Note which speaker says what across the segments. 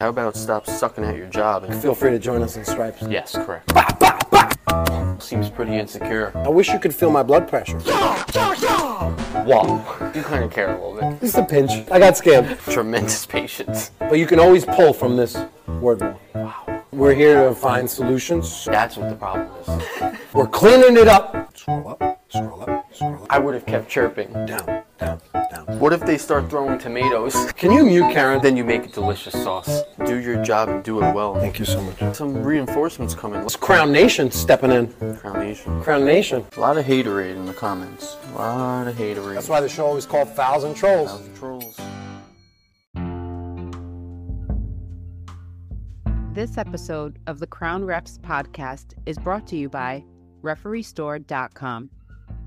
Speaker 1: How about stop sucking at your job and
Speaker 2: Feel free to join us in Stripes.
Speaker 1: Yes, correct. Seems pretty insecure.
Speaker 2: I wish you could feel my blood pressure.
Speaker 1: Whoa. You kind of care a little
Speaker 2: Just a pinch. I got scammed.
Speaker 1: bit. Tremendous patience.
Speaker 2: But you can always pull from this word wall. Wow. We're here to find solutions.
Speaker 1: That's what the problem is.
Speaker 2: We're cleaning it up. Scroll up, scroll up, scroll up.
Speaker 1: I would have kept chirping.
Speaker 2: Down, down, down.
Speaker 1: What if they start throwing tomatoes?
Speaker 2: Can you mute Karen?
Speaker 1: Then you make a delicious sauce. Do your job and do it well.
Speaker 2: Thank you so much.
Speaker 1: Some reinforcements coming.
Speaker 2: It's Crown Nation stepping in.
Speaker 1: Crown Nation.
Speaker 2: Crown Nation.
Speaker 1: A lot of haterade in the comments. A lot of haterade.
Speaker 2: That's why the show is called Fouls and Trolls.
Speaker 1: Thousand trolls.
Speaker 3: This episode of the Crown Reps podcast is brought to you by RefereeStore.com.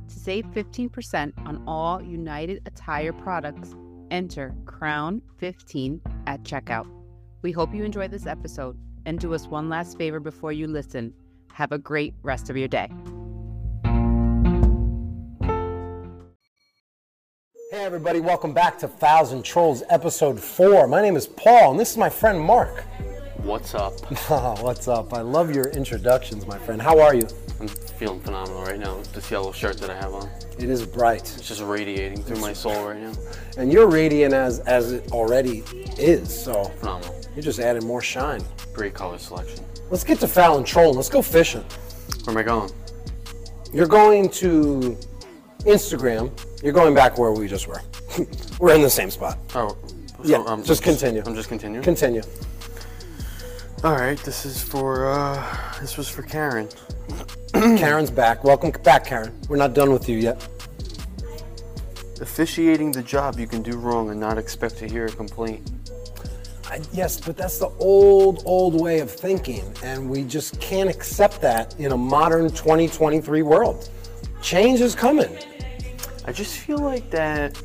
Speaker 3: To save 15% on all United Attire products, enter Crown15 at checkout. We hope you enjoy this episode and do us one last favor before you listen. Have a great rest of your day.
Speaker 2: Hey everybody, welcome back to Fouls and Trolls episode four. My name is Paul and this is my friend Mark.
Speaker 1: What's up?
Speaker 2: Oh, what's up? I love your introductions, my friend. How are you?
Speaker 1: I'm feeling phenomenal right now. This yellow shirt that I have on.
Speaker 2: It is bright.
Speaker 1: It's just radiating through my soul right now.
Speaker 2: And you're radiant as as it already is, so
Speaker 1: Phenomenal.
Speaker 2: you're just adding more shine.
Speaker 1: Great color selection.
Speaker 2: Let's get to foul and troll. Let's go fishing.
Speaker 1: Where am I going?
Speaker 2: You're going to Instagram. You're going back where we just were. we're in the same spot.
Speaker 1: Oh,
Speaker 2: Yeah,
Speaker 1: so I'm
Speaker 2: just continue.
Speaker 1: I'm just continuing.
Speaker 2: Continue.
Speaker 1: All right, this is for uh, this was for Karen.
Speaker 2: Karen's back. Welcome back, Karen. We're not done with you yet.
Speaker 1: Officiating the job you can do wrong and not expect to hear a complaint.
Speaker 2: I, yes, but that's the old, old way of thinking, and we just can't accept that in a modern 2023 world. Change is coming.
Speaker 1: I just feel like that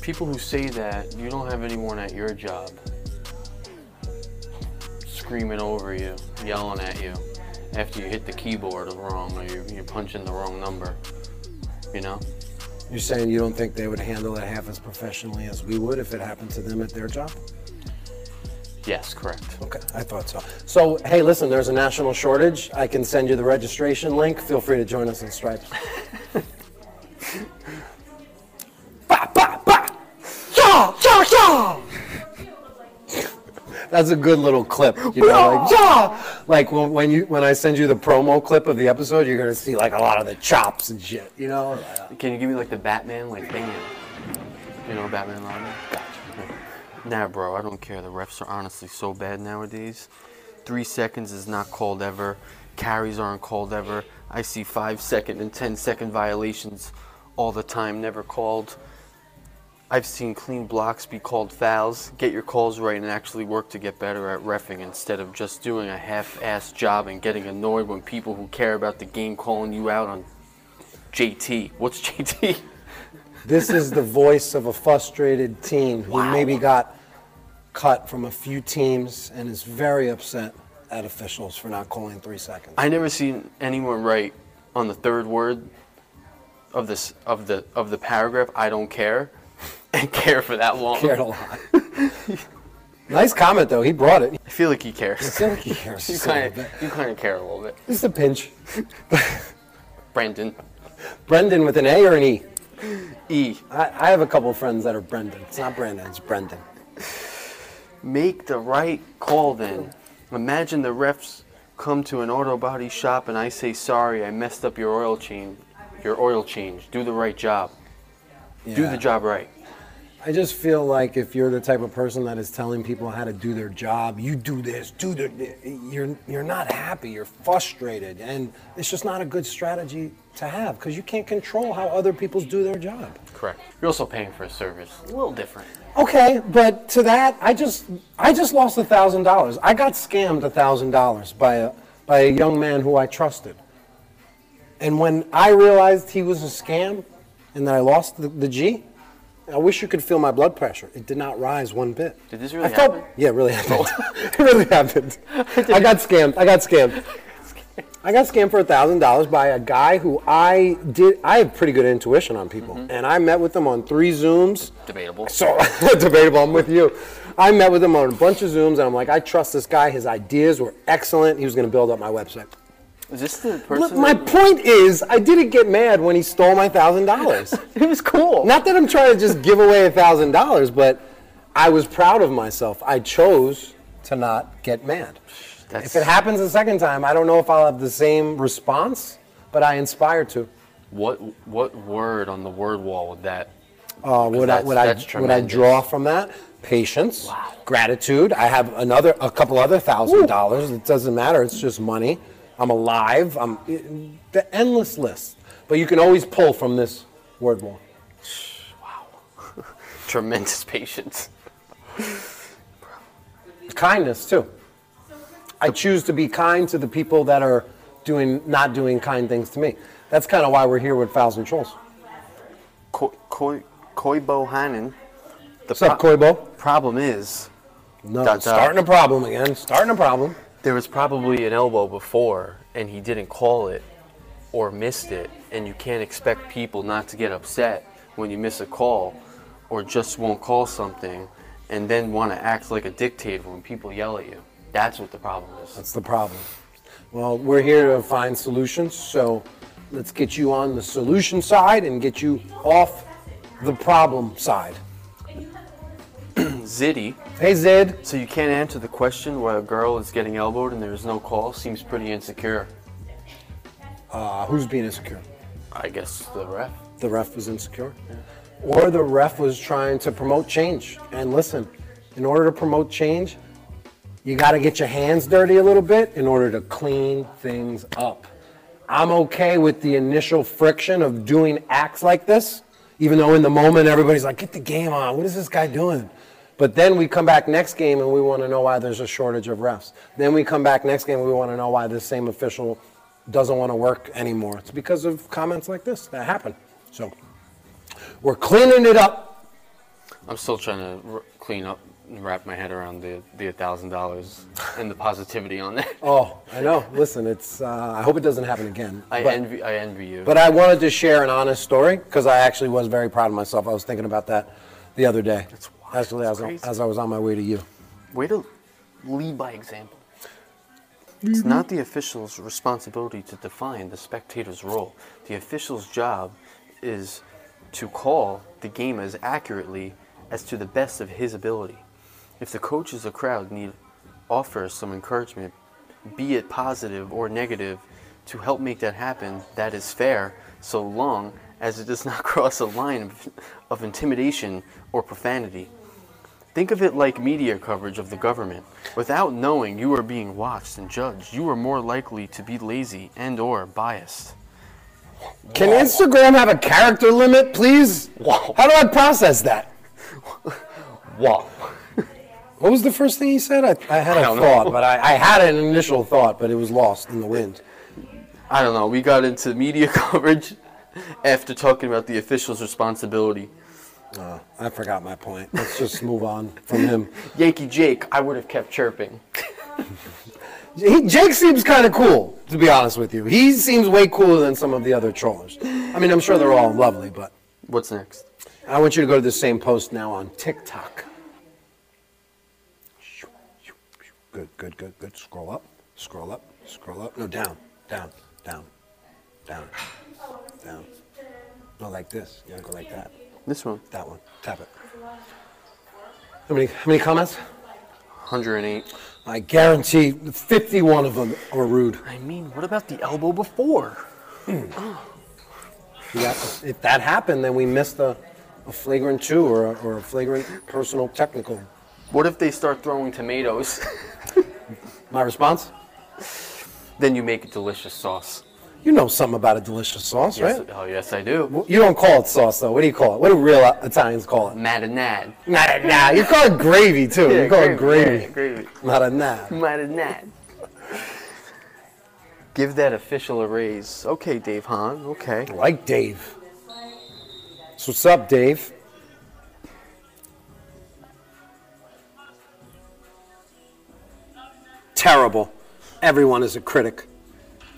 Speaker 1: people who say that you don't have anyone at your job screaming over you, yelling at you after you hit the keyboard wrong or you, you're punching the wrong number. You know?
Speaker 2: You're saying you don't think they would handle it half as professionally as we would if it happened to them at their job?
Speaker 1: Yes, correct.
Speaker 2: Okay, I thought so. So, hey, listen, there's a national shortage. I can send you the registration link. Feel free to join us in Stripes. Ba, ba, ba. Yaw, yaw, yaw. That's a good little clip, you know, like, yaw. like when, when you when I send you the promo clip of the episode, you're gonna see like a lot of the chops and shit, you know.
Speaker 1: Can you give me like the Batman, like bam? You know Batman line? Gotcha. Nah, bro, I don't care. The refs are honestly so bad nowadays. Three seconds is not called ever. Carries aren't called ever. I see five second and ten second violations all the time, never called. I've seen clean blocks be called fouls. Get your calls right and actually work to get better at refing instead of just doing a half assed job and getting annoyed when people who care about the game calling you out on JT. What's JT?
Speaker 2: This is the voice of a frustrated teen who maybe got cut from a few teams and is very upset at officials for not calling three seconds.
Speaker 1: I never seen anyone write on the third word of this of the of the paragraph I don't care and care for that long.
Speaker 2: cared a lot. nice comment though. He brought it.
Speaker 1: I feel like he cares.
Speaker 2: Still he cares.
Speaker 1: You
Speaker 2: just a little
Speaker 1: kind of
Speaker 2: bit.
Speaker 1: you kind of care a little bit.
Speaker 2: Just a pinch.
Speaker 1: Brendan
Speaker 2: Brendan with an A or an E.
Speaker 1: E
Speaker 2: I, I have a couple friends that are Brendan. It's not Brandon. It's Brendan.
Speaker 1: make the right call then. Imagine the refs come to an auto body shop and I say sorry, I messed up your oil change. Your oil change. Do the right job. Do
Speaker 2: Yeah.
Speaker 1: the job right.
Speaker 2: I just feel like if you're the type of person that is telling people how to do their job, you do this, do the, you're you're not happy, you're frustrated, and it's just not a good strategy to have because you can't control how other people do their job.
Speaker 1: Correct. You're also paying for a service. A little different.
Speaker 2: Okay, but to that, I just I just lost a thousand dollars. I got scammed a thousand dollars by a by a young man who I trusted, and when I realized he was a scam, and that I lost the, the G. I wish you could feel my blood pressure. It did not rise one bit.
Speaker 1: Did this really
Speaker 2: I felt,
Speaker 1: happen?
Speaker 2: Yeah, it really happened. it really happened. I got scammed. I got scammed. I got scammed for thousand dollars by a guy who I did. I have pretty good
Speaker 1: Mm-hmm.
Speaker 2: intuition on people, and I met with him on three Zooms.
Speaker 1: Debatable.
Speaker 2: So debatable. I'm with you. I met with him on a bunch of Zooms, and I'm like, I trust this guy. His ideas were excellent. He was going to build up my website.
Speaker 1: Is this the
Speaker 2: Look,
Speaker 1: person?
Speaker 2: my
Speaker 1: that-
Speaker 2: point is, I didn't get mad when he stole my thousand dollars.
Speaker 4: It was cool.
Speaker 2: Not that I'm trying to just give away a thousand dollars, but I was proud of myself. I chose to not get mad.
Speaker 1: That's-
Speaker 2: If it happens a second time, I don't know if I'll have the same response, but I inspire to.
Speaker 1: What what word on the word wall would that?
Speaker 2: Uh, what I,
Speaker 1: that's-
Speaker 2: what, I,
Speaker 1: that's
Speaker 2: what I
Speaker 1: tremendous.
Speaker 2: draw from that? Patience, gratitude. I have another, a couple other thousand dollars. It doesn't matter. It's just money. I'm alive. I'm it- the endless list. But you can always pull from this word wall.
Speaker 1: Tremendous patience.
Speaker 2: kindness too. I choose to be kind to the people that are doing not doing kind things to me. That's kind of why we're here with Fouls and Trolls.
Speaker 1: Koi Koi Koi Bohanan. The
Speaker 2: What's up, Koibo?
Speaker 1: problem is
Speaker 2: No,
Speaker 1: Dot, dot.
Speaker 2: starting a problem again. Starting a problem.
Speaker 1: there was probably an elbow before and he didn't call it or missed it and you can't expect people not to get upset when you miss a call or just won't call something and then want to act like a dictator when people yell at you that's what the problem is
Speaker 2: That's the problem. Well, we're here to find solutions, so let's get you on the solution side and get you off the problem side.
Speaker 1: zitty
Speaker 2: Hey, Zid.
Speaker 1: so you can't answer the question why a girl is getting elbowed and there is no call seems pretty insecure
Speaker 2: Uh, who's being insecure?
Speaker 1: i guess the ref
Speaker 2: the ref was insecure. Or the ref was trying to promote change. And listen, in order to promote change, you got to get your hands dirty a little bit in order to clean things up. I'm okay with the initial friction of doing acts like this, even though in the moment everybody's like, get the game on. What is this guy doing? But then we come back next game and we want to know why there's a shortage of refs. Then we come back next game and we want to know why this same official doesn't want to work anymore. It's because of comments like this that happen. So we're cleaning it up.
Speaker 1: i'm still trying to r- clean up and wrap my head around the the $1000 and the positivity on that
Speaker 2: Oh, I know. Listen, it's. Uh, I hope it doesn't happen again.
Speaker 1: I
Speaker 2: But-
Speaker 1: envy I envy you.
Speaker 2: But I wanted to share an honest story because I actually was very proud of myself. I was thinking about that the other day.
Speaker 1: That's wild.
Speaker 2: Actually,
Speaker 1: That's
Speaker 2: as, I-
Speaker 1: crazy.
Speaker 2: as I was on my way to you.
Speaker 1: way to lead by example. It's not the official's responsibility to define the spectator's role. The official's job is to call the game as accurately as to the best of his ability. If the coaches or crowd need offer some encouragement, be it positive or negative, to help make that happen, that is fair, so long as it does not cross a line of, of intimidation or profanity. Think of it like media coverage of the government. Without knowing you are being watched and judged, you are more likely to be lazy and or biased.
Speaker 2: Can Instagram have a character limit, please?
Speaker 1: Wow.
Speaker 2: How do I process that?
Speaker 1: Wow.
Speaker 2: What was the first thing he said? I, I had a
Speaker 1: I don't know.
Speaker 2: thought, but I, I had an initial thought, but it was lost in the wind.
Speaker 1: I don't know. We got into media coverage after talking about the official's responsibility.
Speaker 2: Uh, I forgot my point. Let's just move on from him.
Speaker 1: Yankee Jake, I would have kept chirping.
Speaker 2: He, Jake seems kind of cool, to be honest with you. He seems way cooler than some of the other trollers. I mean, I'm sure they're all lovely, but
Speaker 1: What's next?
Speaker 2: I want you to go to the same post now on TikTok. Good, good, good, good. Scroll up, scroll up, scroll up. No, down, down, down, down, down. No, like this. You gotta go like that.
Speaker 1: This one.
Speaker 2: That one. Tap it. How many? How many comments?
Speaker 1: 108.
Speaker 2: I guarantee 51 of them are rude.
Speaker 1: I mean, what about the elbow before?
Speaker 2: We got- if that happened, then we missed a, a flagrant two or a, or a flagrant personal technical.
Speaker 1: What if they start throwing tomatoes?
Speaker 2: My response?
Speaker 1: then you make a delicious sauce.
Speaker 2: You know something about a delicious sauce,
Speaker 1: Yes,
Speaker 2: right?
Speaker 1: oh, yes, I do.
Speaker 2: Well, You don't call it sauce, though. What do you call it? What do real Italians call it?
Speaker 1: Marinade.
Speaker 2: Nah, nah. You call it gravy, too. you call it gravy.
Speaker 1: Yeah, gravy.
Speaker 2: Not a nah.
Speaker 1: Might have not. Give that official a raise. Okay, Dave Hahn. Okay.
Speaker 2: Like Dave. So what's up, Dave? Terrible. Everyone is a critic.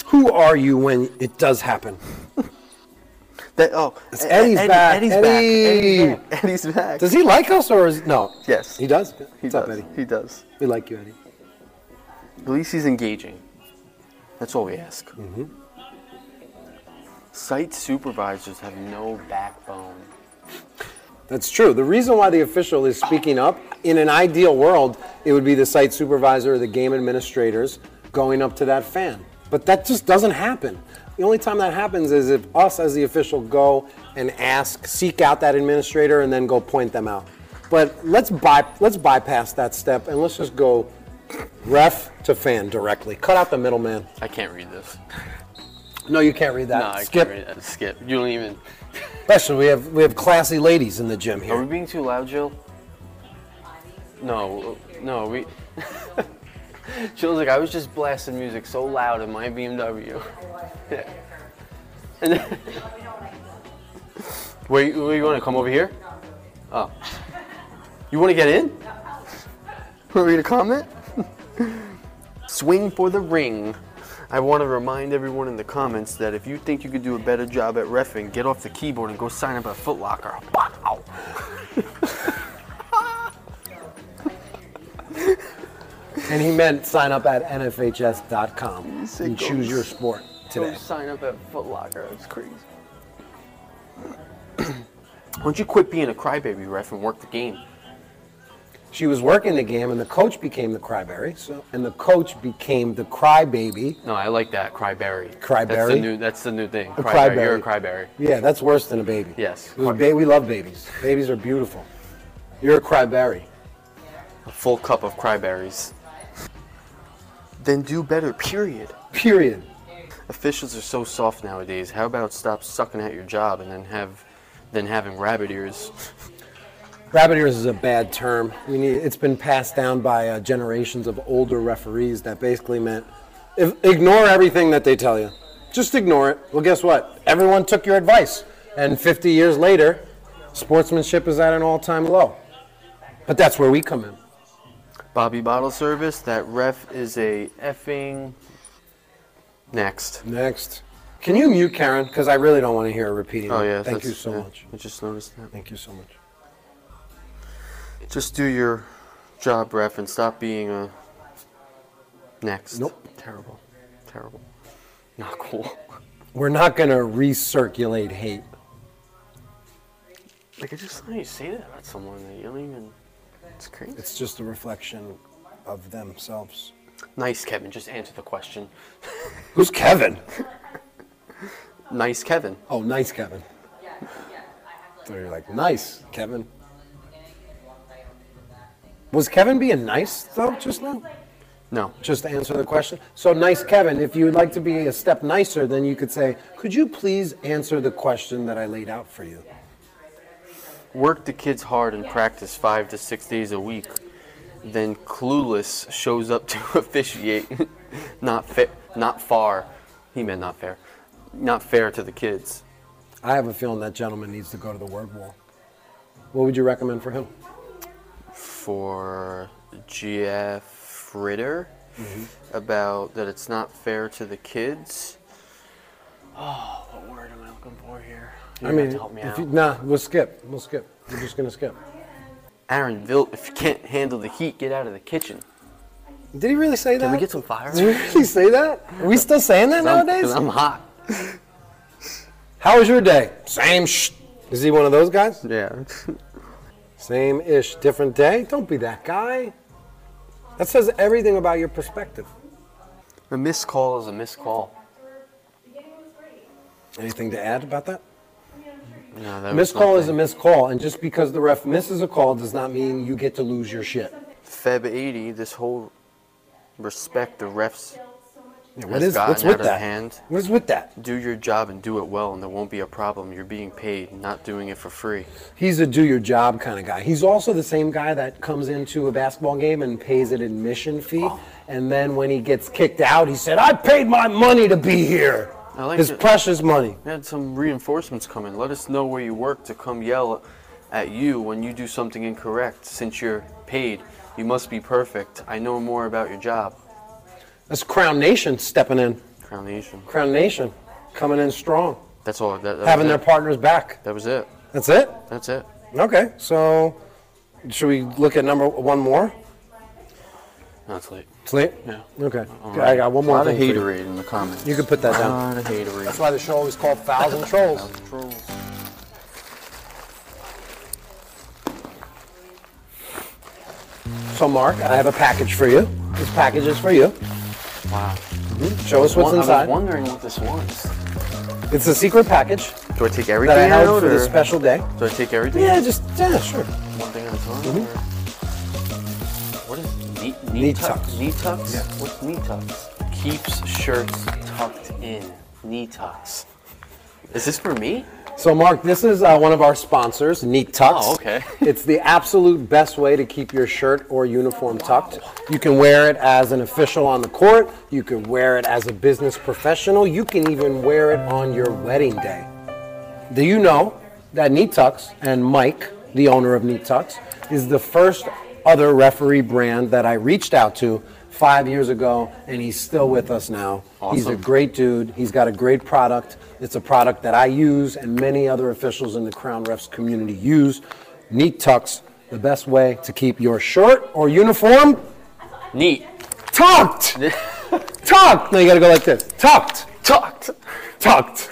Speaker 2: Who are you when it does happen?
Speaker 1: That, oh,
Speaker 2: It's Eddie's back.
Speaker 1: Eddie's
Speaker 2: Eddie!
Speaker 1: back. Eddie's back. Eddie's back.
Speaker 2: Does he like us or is no?
Speaker 1: Yes.
Speaker 2: He does.
Speaker 1: He
Speaker 2: What's
Speaker 1: does.
Speaker 2: up, Eddie?
Speaker 1: He does.
Speaker 2: We like you, Eddie.
Speaker 1: At least he's engaging. That's all we ask.
Speaker 2: Mm-hmm.
Speaker 1: Site supervisors have no backbone.
Speaker 2: That's true. The reason why the official is speaking up, in an ideal world, it would be the site supervisor or the game administrators going up to that fan. But that just doesn't happen. The only time that happens is if us as the official go and ask, seek out that administrator and then go point them out. But let's by, let's bypass that step and let's just go ref to fan directly. Cut out the middleman.
Speaker 1: I can't read this.
Speaker 2: No, you can't read that.
Speaker 1: No, I
Speaker 2: Skip.
Speaker 1: can't read that. Skip. You don't even.
Speaker 2: Especially we have we have classy ladies in the gym here.
Speaker 1: Are we being too loud, Jill? No, no, we. Jill's like, I was just blasting music so loud in my BMW. Yeah. And then- Wait, wait, you want to come over here? Oh. You want to get in? Want me to comment? Swing for the ring. I want to remind everyone in the comments that if you think you could do a better job at refing, get off the keyboard and go sign up at Foot Locker. oh. Wow.
Speaker 2: And he meant sign up at nfhs.com and
Speaker 1: Sickos.
Speaker 2: choose your sport today.
Speaker 1: Go sign up at Foot Locker. It's crazy. Why don't you quit being a crybaby ref and work the game?
Speaker 2: She was working the game, and the coach became the cryberry. So, and the coach became the crybaby.
Speaker 1: No, I like that cryberry. That's the
Speaker 2: Cryberry?
Speaker 1: new. That's the new thing.
Speaker 2: A
Speaker 1: Cryberry. You're a cryberby.
Speaker 2: Yeah, that's worse than a baby.
Speaker 1: Yes.
Speaker 2: It was ba- we love babies. Babies are beautiful. You're a cryberry.
Speaker 1: A full cup of cryberries. Then do better. Period.
Speaker 2: Period.
Speaker 1: Officials are so soft nowadays. How about stop sucking at your job and then have, then having rabbit ears?
Speaker 2: Rabbit ears is a bad term. We need, it's been passed down by uh, generations of older referees that basically meant if, ignore everything that they tell you. Just ignore it. Well, guess what? Everyone took your advice. And 50 years later, sportsmanship is at an all time low. But that's where we come in.
Speaker 1: Bobby Bottle Service. That ref is a effing. Next.
Speaker 2: Next. Can you mute Karen? Because I really don't want to hear her repeating.
Speaker 1: Oh
Speaker 2: it.
Speaker 1: yeah.
Speaker 2: Thank
Speaker 1: that's-
Speaker 2: you so
Speaker 1: yeah,
Speaker 2: much.
Speaker 1: I just noticed that.
Speaker 2: Thank you so much.
Speaker 1: Just do your job, ref, and stop being a next.
Speaker 2: Nope.
Speaker 1: Terrible. Terrible. Not cool.
Speaker 2: We're not going to recirculate hate.
Speaker 1: Like I just saw you say that about someone that you don't even. It's crazy.
Speaker 2: It's just a reflection of themselves.
Speaker 1: nice, Kevin. Just answer the question.
Speaker 2: Who's Kevin?
Speaker 1: Nice, Kevin.
Speaker 2: Oh, nice, Kevin. So you're like, nice, Kevin. Was Kevin being nice though just now?
Speaker 1: No.
Speaker 2: Just to answer the question. So nice, Kevin. If you would like to be a step nicer, then you could say, could you please answer the question that I laid out for you?
Speaker 1: Work the kids hard and practice five to six days a week. Then clueless shows up to officiate. not fair. Not far. He meant not fair. Not fair to the kids.
Speaker 2: I have a feeling that gentleman needs to go to the word wall. What would you recommend for him?
Speaker 1: for GF Ritter
Speaker 2: Mm-hmm.
Speaker 1: about that it's not fair to the kids. Oh, what word am I looking for here? You're gonna
Speaker 2: I mean,
Speaker 1: have to help me
Speaker 2: if
Speaker 1: out.
Speaker 2: you, nah, we'll skip. We'll skip. We're just gonna skip.
Speaker 1: Aaron Vilt, if you can't handle the heat, get out of the kitchen.
Speaker 2: Did he really say that?
Speaker 1: Can we get some fire?
Speaker 2: Did he really say that? Are we still saying that
Speaker 1: 'Cause I'm-
Speaker 2: nowadays?
Speaker 1: 'cause I'm hot.
Speaker 2: How was your day? Same sh. Is he one of those guys?
Speaker 1: Yeah.
Speaker 2: Same ish, different day. Don't be that guy. That says everything about your perspective.
Speaker 1: a missed call is a missed call.
Speaker 2: Anything to add about that?
Speaker 1: No, that
Speaker 2: Missed
Speaker 1: was
Speaker 2: call is a
Speaker 1: nothing.
Speaker 2: missed call, and just because the ref misses a call does not mean you get to lose your shit.
Speaker 1: Feb 80. This whole respect the refs.
Speaker 2: Yeah,
Speaker 1: Has
Speaker 2: what is
Speaker 1: gotten
Speaker 2: what's with
Speaker 1: out of
Speaker 2: that?
Speaker 1: hand.
Speaker 2: What is with that?
Speaker 1: Do your job and do it well, and there won't be a problem. You're being paid, not doing it for free.
Speaker 2: He's a do your job kind of guy. He's also the same guy that comes into a basketball game and pays an admission fee, and then when he gets kicked out, he said, "I paid my money to be here."
Speaker 1: I like
Speaker 2: His
Speaker 1: that-
Speaker 2: precious money.
Speaker 1: We had some reinforcements coming. Let us know where you work to come yell at you when you do something incorrect. Since you're paid, you must be perfect. I know more about your job.
Speaker 2: That's Crown Nation stepping in.
Speaker 1: Crown Nation.
Speaker 2: Crown Nation coming in strong.
Speaker 1: That's all. That, that
Speaker 2: having
Speaker 1: was
Speaker 2: their
Speaker 1: it.
Speaker 2: partners back.
Speaker 1: That was it.
Speaker 2: That's it.
Speaker 1: That's it.
Speaker 2: Okay, so should we look at number one more?
Speaker 1: That's late.
Speaker 2: Sleep.
Speaker 1: Yeah.
Speaker 2: Okay.
Speaker 1: All
Speaker 2: I got one
Speaker 1: A
Speaker 2: more
Speaker 1: lot of
Speaker 2: thing. for you.
Speaker 1: haterade in the comments.
Speaker 2: You can put that down.
Speaker 1: A lot of haterade.
Speaker 2: That's why the show is called Thousand Trolls.
Speaker 1: Trolls.
Speaker 2: So, Mark, I have a package for you. This package is for you.
Speaker 1: Wow.
Speaker 2: Show us what's
Speaker 1: One- I was
Speaker 2: inside.
Speaker 1: wondering what this was.
Speaker 2: It's a secret package
Speaker 1: Do I take everything
Speaker 2: that I
Speaker 1: out
Speaker 2: held for
Speaker 1: or
Speaker 2: this special day.
Speaker 1: do I take everything?
Speaker 2: Yeah, just yeah, sure.
Speaker 1: One thing at a time. or- What is knee, knee,
Speaker 2: Knee
Speaker 1: tuck-
Speaker 2: tucks.
Speaker 1: Knee tucks.
Speaker 2: Yeah.
Speaker 1: What's knee tucks? Keeps shirts tucked in. Knee tucks. Is this for me?
Speaker 2: So, Mark, this is uh, one of our sponsors, Neat Tucks.
Speaker 1: Oh, okay.
Speaker 2: It's the absolute best way to keep your shirt or uniform tucked. You can wear it as an official on the court. You can wear it as a business professional. You can even wear it on your wedding day. Do you know that Neat Tucks and Mike, the owner of Neat Tucks, is the first other referee brand that I reached out to five years ago, and he's still with us now. He's a
Speaker 1: Awesome.
Speaker 2: great dude. He's got a great product. It's a product that I use and many other officials in the Crown Refs community use. Neat Tucks, the best way to keep your shirt or uniform
Speaker 1: Neat.
Speaker 2: tucked. tucked. No, you gotta go like this. Tucked.
Speaker 1: Tucked.
Speaker 2: Tucked.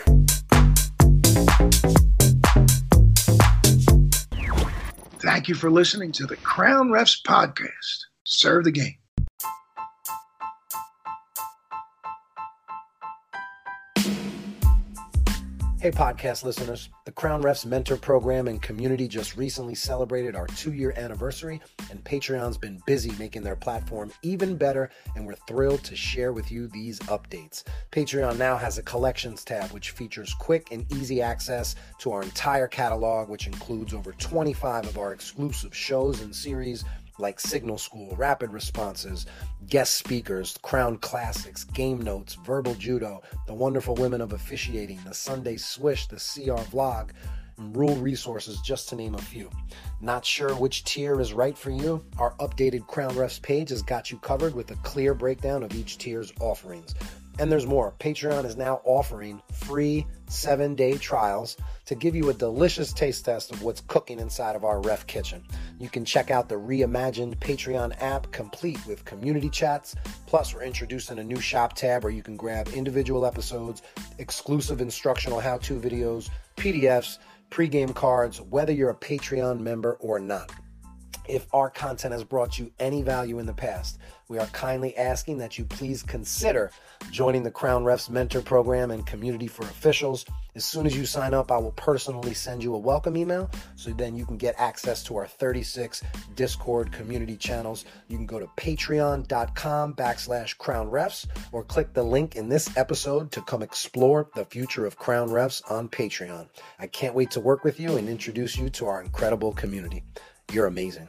Speaker 4: Thank you for listening to the Crown Refs Podcast. Serve the game.
Speaker 2: Hey, podcast listeners. The Crown Refs Mentor Program and community just recently celebrated our two year anniversary, and Patreon's been busy making their platform even better, and we're thrilled to share with you these updates. Patreon now has a collections tab, which features quick and easy access to our entire catalog, which includes over 25 of our exclusive shows and series like Signal School, Rapid Responses, guest speakers, Crown Classics, Game Notes, Verbal Judo, The Wonderful Women of Officiating, The Sunday Swish, The CR Vlog, and Rule Resources, just to name a few. Not sure which tier is right for you? Our updated Crown Refs page has got you covered with a clear breakdown of each tier's offerings. And there's more. Patreon is now offering free seven day trials to give you a delicious taste test of what's cooking inside of our ref kitchen. You can check out the reimagined Patreon app, complete with community chats. Plus, we're introducing a new shop tab where you can grab individual episodes, exclusive instructional how to videos, PDFs, pregame cards, whether you're a Patreon member or not. If our content has brought you any value in the past, we are kindly asking that you please consider joining the Crown Refs Mentor Program and Community for Officials. As soon as you sign up, I will personally send you a welcome email so then you can get access to our 36 Discord community channels. You can go to patreon.com backslash crown refs or click the link in this episode to come explore the future of crown refs on Patreon. I can't wait to work with you and introduce you to our incredible community. You're amazing.